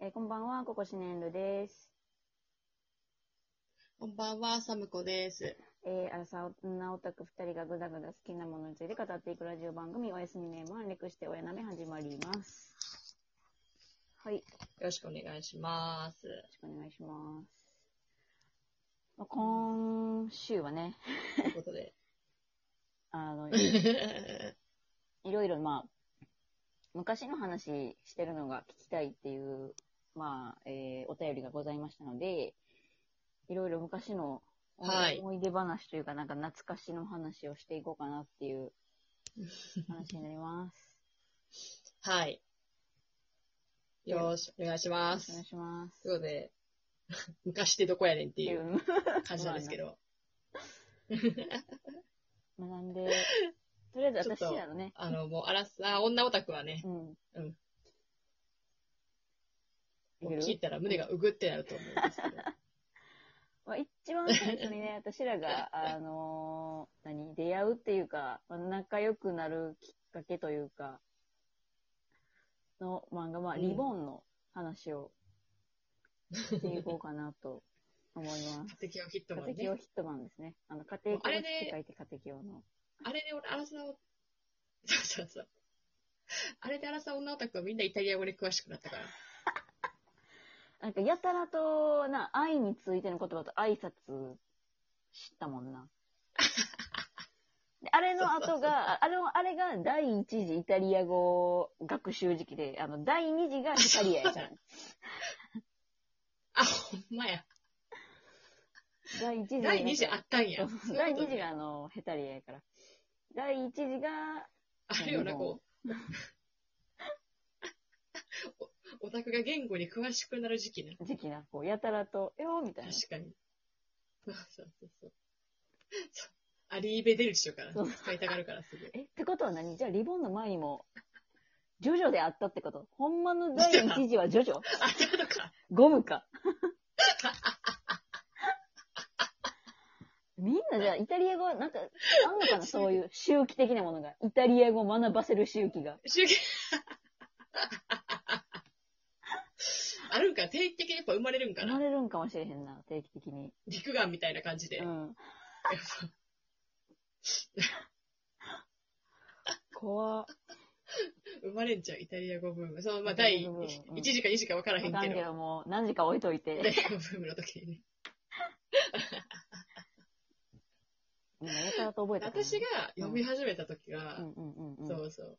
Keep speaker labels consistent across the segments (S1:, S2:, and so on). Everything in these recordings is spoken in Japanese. S1: えーこんばんは、ココシネンルです。
S2: こんばんは、サムコです。
S1: えー、アラサー女オタク2人がぐだぐだ好きなものについて語っていくラジオ番組、おやすみネームは略しておやなめ始まります。はい、よ
S2: よろしくお願いします
S1: ろ。しくお願いします。まあ今週はね、
S2: ということで。
S1: あ の、い
S2: は
S1: ろいろまあ、昔の話してるのが聞きたいっていう、まあ、えーお便りがございましたので、いろいろ昔の
S2: はい
S1: 思い出話というか、なんか懐かしの話をしていこうかなっていう話になります。
S2: い。よろしくお願いし
S1: よ
S2: ま
S1: ろしくお願い
S2: す。
S1: します。
S2: ということで、 昔ってどこやねんって
S1: て
S2: い
S1: いうう。
S2: 感じなんですけど。
S1: まあなん で、とりあえず私
S2: ちょっと
S1: らのね、
S2: あの、もう、あらさ、女オタクはね
S1: う、ん。
S2: うん
S1: い
S2: もう
S1: ける
S2: 聞いたら胸がうぐってなると思うんですけ ど。
S1: まあ、一番最初に ね、私らが、あのー何、出会うっていうか、まあ、仲良くなるきっかけというか、の漫画、まあ、
S2: うん
S1: リボンの話をしていこうかなと思い ます。
S2: 家庭教ヒットマ
S1: 家
S2: ン
S1: 庭教
S2: ね。
S1: ヒットマンですね。あの、家庭教
S2: あ
S1: っ
S2: れ
S1: て
S2: で
S1: 書いて家庭教の。
S2: あれで俺、あらさ、そう そうそう。あれであらさ、女オタクはみんなイタリア語で詳しくなったから。
S1: なんか、やたらと、な、愛についての言葉と挨拶知ったもん な。であれの
S2: そう
S1: 後
S2: そうそう
S1: が、あれを、あれが第一次イタリア語学習時期で、あの、第二次がイタリア やからね。
S2: あ、ほんまや。
S1: 第一次が。
S2: 第2次あったんや
S1: そう。
S2: そういう
S1: 第
S2: こ
S1: 二
S2: とね
S1: 次があの、ヘタリアやから。第一次が、
S2: あるよな、こう。おオ タクが言語に詳しくなる時期な。
S1: 時期な、こう、やたらと、よーみたいな。
S2: 確かに。そうそうそうそう。そうアリーベデルチとかな
S1: そう
S2: 使いたがるからすぐ。
S1: え、ってことは何じゃあ、リボンの前にも、ジョジョであったってことほんまの第一次はジョジョ
S2: あ、そういうことか。
S1: ゴム か。みんなじゃあ、イタリア語、なんか、あんの かなそういう、周期的なものが。イタリア語学ばせる周期が。
S2: 集計 あるんか、定期的にやっぱ生まれるんか
S1: 生ま
S2: な。
S1: れるんかもしれへんな、定期的に。
S2: 陸眼みたいな感じで。
S1: うん。
S2: そう
S1: 怖わ
S2: 生まれんちゃう、イタリア語ブーム。その、まあ、
S1: イタ
S2: 第
S1: リア語ブームうん
S2: 1時か2時か分からへん
S1: か
S2: け
S1: ん
S2: ど
S1: け。ど、もう、何時か置いとい
S2: イタ
S1: て。
S2: リア語ブームの時にね。
S1: うん、やたらと覚えたかな。
S2: 私が読み始めた時が、
S1: うんうんうんうん。
S2: そうそう。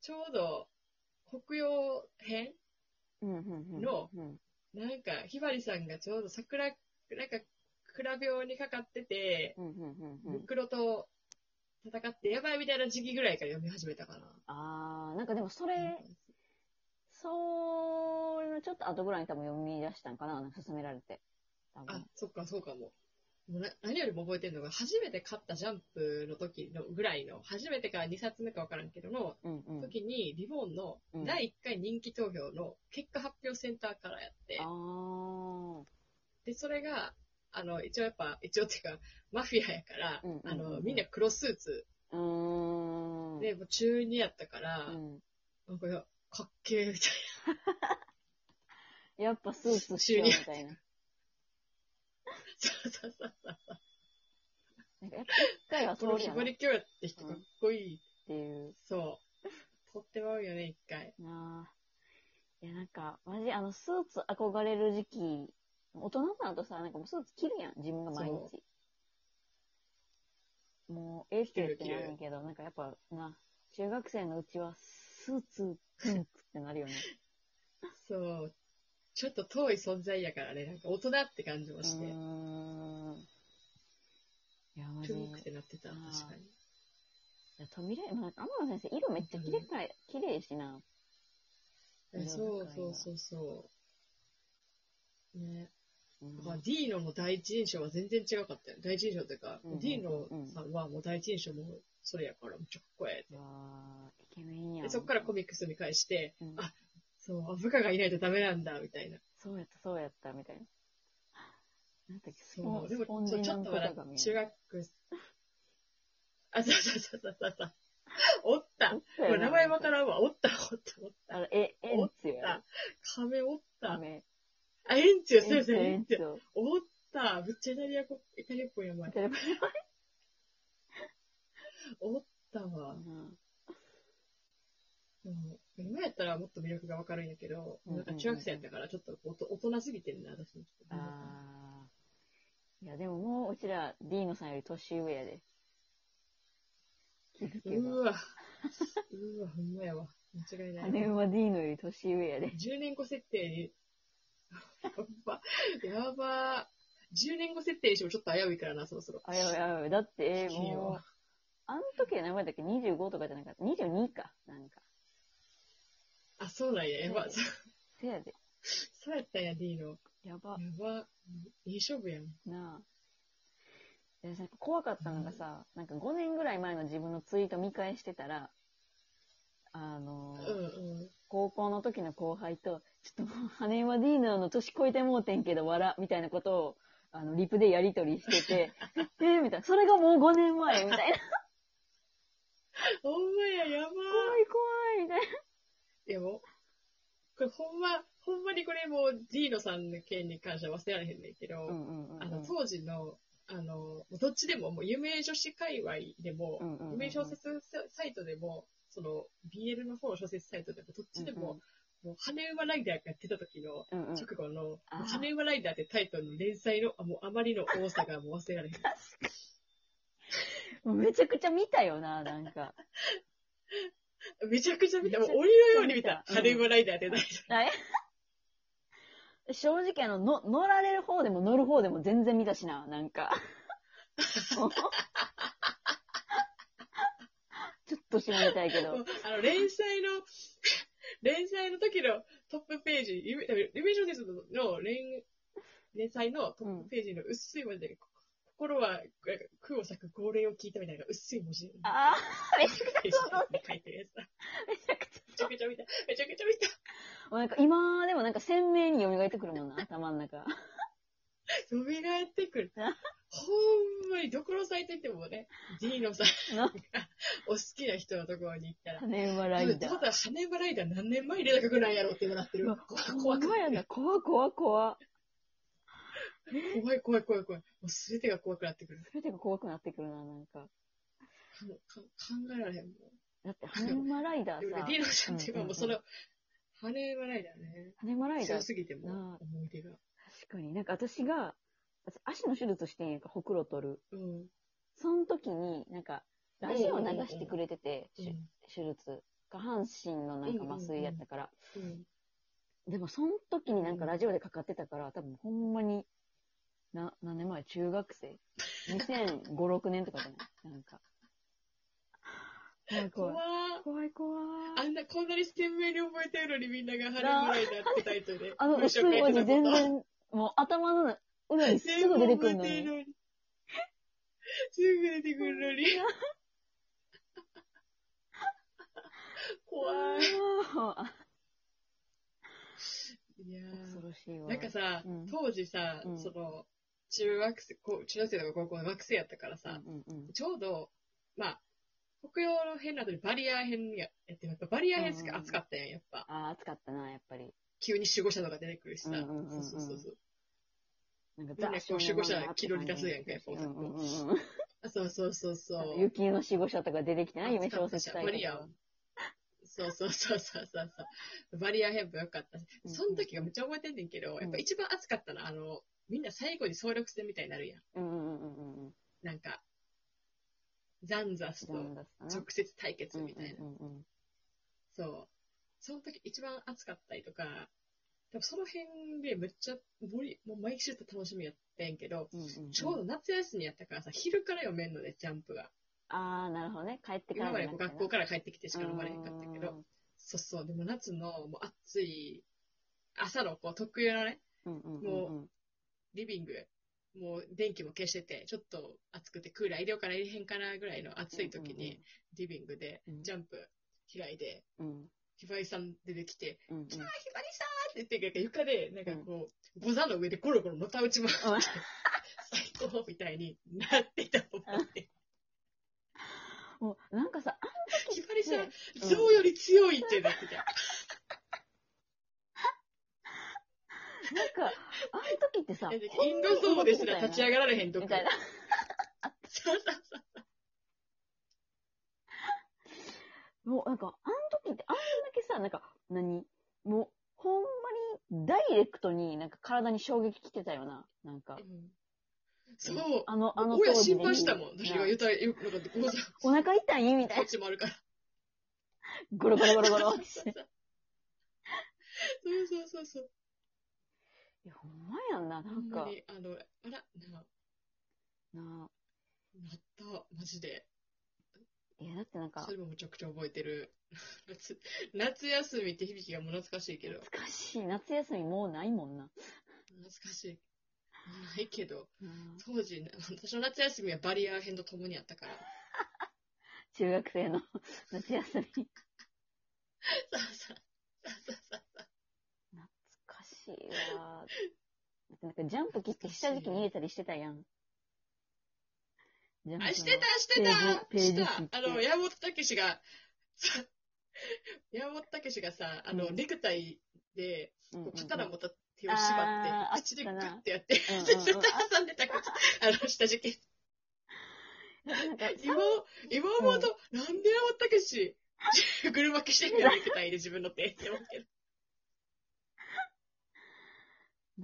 S2: ちょうど、北洋編
S1: うんうんうん。
S2: の
S1: うん
S2: なんか、ひばりさんがちょうど桜、なんか、蔵病にかかってて、
S1: うんうんうんう
S2: ム
S1: ん。
S2: クロと戦って、やばいみたいな時期ぐらいから読み始めたか
S1: あー、なんかでもそ
S2: な。
S1: れ、それのちょっと後ぐらいに多分読み出したんかな、なんか勧められて。多
S2: あ
S1: 分。、
S2: そっか、そうかも。もうな何よりも覚えてるのが、初めて買ったジャンプの時のぐらいの、初めてか2冊目かわからんけどの、
S1: うんうん。
S2: 時に、リボンの
S1: うん
S2: 第1回人気投票の結果発表センターからやって、
S1: あー。
S2: で、それが、あの、一応やっぱ、一応っていうか、マフィアやから、
S1: うんうんうん
S2: あの、みんな黒スーツ
S1: うーん。
S2: で、もう中2やったから、
S1: うん、
S2: なんかいや、かっけえみたい
S1: やっぱスーツしようみたいな。
S2: な。そうそうそうそう。
S1: なんかやっぱ一回は
S2: こ
S1: そ
S2: の
S1: う
S2: ひ
S1: や
S2: ば
S1: なっ
S2: りきょうやって人かっこいい。
S1: ていう。
S2: そう。とってまうよね、一回。
S1: なあいや、なんか、マジ、あの、スーツ憧れる時期、大人になるとさ、なんかもうスーツ着るやん、自分が毎日。もう、ええってってなるんやけど、なんかやっぱな、中学生のうちは、スーツ、ピンクってなる よね。
S2: そう。ちょっと遠い存在やからね、なんか大人って感じ
S1: う
S2: も
S1: ー
S2: して、
S1: ん。いや、マ
S2: ピ
S1: ジ。
S2: ンクってなってた、
S1: あー
S2: 確かに。
S1: いや、扉、まあ、天野先生、色めっちゃ綺麗かい、綺麗しな。うん
S2: えそうそうそうそう。ね。
S1: うん
S2: だからディーノの第一印象は全然違かったよ。第一印象っていうか、
S1: うんうんうん
S2: ディーノさんはもう第一印象もそれやから、めっちゃかっこええ
S1: うわーイケメンや
S2: っ
S1: ん。
S2: て。で、そっからコミックス見返して、
S1: うん
S2: あそう、部下がいないとダメなんだ、みたいな。
S1: そうやった、そうやった、みたいな。なんだっけ、スポ
S2: そう、
S1: ン
S2: で
S1: スポン
S2: も、ち
S1: ジ
S2: ょち
S1: な
S2: ょ
S1: ん
S2: っ
S1: と
S2: と
S1: か
S2: ま
S1: が
S2: だ
S1: 見え
S2: 中
S1: る。
S2: 学あ、そうそうそうそうそうそう。おった。
S1: おった
S2: こ
S1: よ
S2: れ
S1: な
S2: 名前わからんわ。おった、おった、おっ
S1: あれ、え、えんつよや
S2: った。亀おった。
S1: 亀。
S2: あ、エンチュー、そうですね、エ
S1: 延
S2: ンチュー。
S1: 長
S2: おった。ぶっちゃイタリアこ、イタリアっぽいやばい。
S1: テレビ
S2: おったわ。うん今やったらもっと魅力がわかるんやけど、
S1: うんうんう
S2: なんんか中学生やったからちょっとおと大人すぎてんな、私もちょっと。
S1: あーいや、でももう、うちら、D のさんより年上やで。気づけば。
S2: うわ。うわ、ほんまやわ。間違いない。
S1: 羽は D のより年上やで。
S2: 10年後設定 に、やば、やば、10年後設定にしてもちょっと危ういからな、そろそろ。
S1: あやばいあやばい。だって、
S2: いい
S1: も
S2: よ
S1: う、あの時は何倍だっけ ?25 とかじゃなかった。22か。なんか。
S2: あ、そうなんや、やば
S1: う、ん
S2: そ
S1: せやで。
S2: そうやったんや、D の。
S1: やば
S2: や。ば、いい勝負やん。
S1: なあ。でさ怖かったのがさ、なんか5年ぐらい前の自分のツイート見返してたら、あの
S2: う
S1: ー、
S2: んうん。
S1: 高校の時の後輩と、ちょっともう、羽はディーナーの年超えてもうてんけど、笑、みたいなことを、あの、リプでやりとりしてて、 えー、みたいな、それがもう5年前、みたいな、怖い
S2: ほんまや、やば。
S1: 怖い、みたい
S2: いやもう、これほんま、ほんまにこれもう D のさんの件に関しては忘れられへんねんけど、
S1: な。うんうんうんうん。
S2: あの、当時の、あの、どっちでも、もう有名女子界隈でも、
S1: うんうんうんうん
S2: 有名小説サイトでも、その、BL の方の小説サイトでも、どっちでも、もう、羽馬ライダーがやってた時の、
S1: うんうん、
S2: 直後の、
S1: あー
S2: 羽馬ライダーってタイトルの連載の、あもうあまりの多さがもう忘れられへん。
S1: もうめちゃくちゃ見たよな、なんか。
S2: めちゃくちゃ見た。もう
S1: めちゃくちゃ見た
S2: 鬼のように見た。
S1: うん
S2: 羽馬ライダーってタイト
S1: あえ 正直あのの、乗られる方でも乗る方でも全然見たしな、なんか。 もうちょっと調べたいけ
S2: ル
S1: ど。
S2: もうあの、連載の、連載の時のトップページ、夢夢小説の連、連載のトップページの薄い文字で、こ心はえ空を咲く号令を聞いたみたいな薄い文字で、
S1: ああ、めちゃくち
S2: ページに書いてるやつだ。
S1: ゃ、めちゃくちゃ。
S2: めちゃくちゃ見た。めちゃくちゃ見た。
S1: もうなんか今でもなんか鮮明に蘇ってくるもんな、頭の中。
S2: 蘇ってくる。ほんまに、どこのサイト行ってもね、D のさん
S1: の
S2: がお好きな人のところに行ったら、
S1: 羽生ライダ
S2: ただ
S1: ー。
S2: ただ羽バライダー何年前に出た曲なんやろってなってる。怖
S1: 怖
S2: くて
S1: やな、怖怖怖。
S2: 怖い怖い怖い怖い。もう全てが怖くなってくる。
S1: すべてが怖くなってくるな、なんか。
S2: もうか考えられへんも
S1: だって、羽生ライダ
S2: ん。で
S1: ー
S2: もね
S1: さ、
S2: リーナちゃんっていうか
S1: うんうん
S2: もうその、羽バライダーね。
S1: 羽生ライダ
S2: 強
S1: ー、
S2: すぎても
S1: なあ
S2: う思い出が。
S1: 確かになんか私が、足の手術してんやんか、ほくろ取る。
S2: うん。
S1: その時に、なんか、ラジオ流してくれてて、
S2: うん
S1: し手術。下半身のなんか麻酔やったから。
S2: うん
S1: でも、その時になんかラジオでかかってたから、多分ほんまに、な、何年前中学生 ?2005、6年とかじゃないなんか。
S2: 怖
S1: 怖い怖
S2: ー
S1: い。怖い怖
S2: あ
S1: い。
S2: んな、こんなに鮮明に覚えてるのにみんなが羽バライダーってタイトルで。
S1: あの、
S2: 文
S1: 薄
S2: 章
S1: い
S2: 書
S1: 文
S2: てたこと
S1: 字全然、もう頭の裏にすぐ出てくるのに。
S2: 全部覚えてるのにすぐ出てくるのに。 怖い。
S1: あ
S2: いや
S1: ー恐ろしい
S2: ー
S1: わ。
S2: なんかさ、
S1: うん
S2: 当時さ、
S1: うん
S2: その、中学生、こう中学生とか高校の学生やったからさ、
S1: うんうんうん
S2: ちょうど、まあ、北洋の辺などにバリアー編ややって、やっぱバリアー編す
S1: うんうんうん
S2: 熱かったやん、やっぱ。
S1: ああ、暑かったな、やっぱり。
S2: 急に守護者とか出てくるしさ。
S1: うんうんうんうん
S2: そうそうそうそう。
S1: なんか
S2: みんなこう守護者気取り出すやんかやっぱ
S1: うん
S2: 男
S1: うんうんうん
S2: あそうそうそうそ
S1: なん
S2: う
S1: か。雪の守護者とか出てきてな、夢
S2: 暑か
S1: 小
S2: った
S1: 説
S2: し
S1: タ
S2: バ
S1: イ
S2: リアーそうそうそうそうそうそう。バリア編も良かったし、
S1: うん
S2: その時がめっちゃ覚えてんねんけど、やっぱ一番熱かったのは、あの、みんな最後に総力戦みたいになるやん。
S1: うんうんうんうんうん。
S2: なんか、ザンザスと
S1: なんだっ
S2: 直接対決みたいな。
S1: うんうんうん
S2: そう。その時一番熱かったりとか、多分その辺でめっちゃ盛り、もう毎週って楽しみやってんけど、
S1: うんうんうん。
S2: ちょうど夏休みやったからさ、昼から読めんので、ジャンプが。
S1: ああ、なるほどね。帰ってから
S2: 今
S1: じ
S2: ま
S1: ゃ
S2: で
S1: なく
S2: こう
S1: てな。
S2: 学校から帰ってきてしか読まれへんかったけど
S1: う、ん
S2: そうそう、でも夏のもう暑い、朝のこう特有のね、
S1: うんうんうんうん。
S2: リビング、もう電気も消してて、ちょっと暑くてクーラー入れようかな入れへんかなぐらいの暑い時に、リビングで
S1: うん
S2: ジャンプ開いて、
S1: うんうん
S2: ひばりさん出てきて、
S1: うん。うん
S2: あーひばりさんって言って、床で、なんかこう、ゴザの上でゴロゴロのた打ち回って、
S1: うん
S2: 最高みたいになってたと思って。
S1: もう、なんかさ、
S2: ひばりさん、
S1: うん
S2: 象より強いってなってた。
S1: なんか、あの時ってさ、
S2: インドゾウでしたら立ち
S1: よ
S2: 上がられへんと
S1: な
S2: か
S1: みたいな。
S2: そうそうそう
S1: もうなんか、あの時ってあんだけさ、なんか、何もう、ほんまにダイレクトになんか体に衝撃来てたよな。なんか。
S2: うんそう。
S1: あの、あの
S2: 親
S1: 当時
S2: 心
S1: で
S2: 配したもん。私
S1: な
S2: が言うたらよくなかった。こうさ、
S1: お腹痛いみたい
S2: こっ
S1: な。
S2: ちもあるから。
S1: ゴロゴロゴロ ゴロ。
S2: そうそうそうそう。
S1: いや、ほんまやんな、な
S2: ほん
S1: ん
S2: ま
S1: か。
S2: に、あの、あら、な、
S1: な
S2: なった、マジで。
S1: あいや、だってなんか
S2: そ、れもめちゃくちゃ覚えてる。 夏、夏休みって響きがもう懐かしいけど。
S1: 懐かしい。夏休みもうないもんな。
S2: 懐かしい。ないけど、
S1: なあ
S2: 当時、私の夏休みはバリア編と共にあったから。
S1: 中学生の夏休み。懐
S2: そうそう。そうそうそう。
S1: かしいわ。だってなんかジャンプ切って下敷きに入れたりしてたやん。ジャンプの
S2: あ、してた、してた
S1: ページ
S2: し
S1: ページ
S2: た
S1: 切って
S2: あの、山本武史が、さ山本武史がさ、あの、
S1: うん
S2: ネクタイで、
S1: うんうん
S2: こ
S1: うん
S2: う刀持った手を縛
S1: あ
S2: っ
S1: ー
S2: て、口で
S1: あ
S2: グ
S1: ったな
S2: ッてやって、
S1: うんうんうん
S2: ずっと挟んでた口、あの、下敷き。
S1: なんか、
S2: 今、今思うと、なんで山本武史、 車消してんだよ、ネクタイで自分の手って思うけど。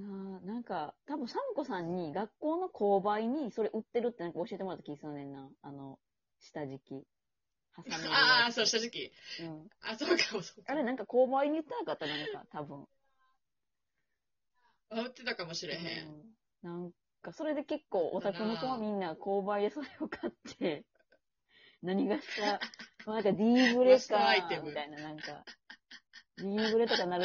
S1: なあ、なんか、多分サンコさんに学校の購買にそれ売ってるってなんか教えてもらった気するねんな。あの、下敷き。挟めるやつ
S2: ああ、そう、下敷き。
S1: うん。
S2: あ、そうかも、そう
S1: あ
S2: か
S1: れ
S2: も。
S1: なんか購買に言ってなかったなんか、多分。
S2: あ、売ってたかもしれへん。
S1: うん、なんか、それで結構オタクの子はみんな購買でそれを買 って、何がした、まあなんか D ブレ
S2: マスト
S1: か
S2: アイテ、ム
S1: みたいな、なんか、D ブレとかなる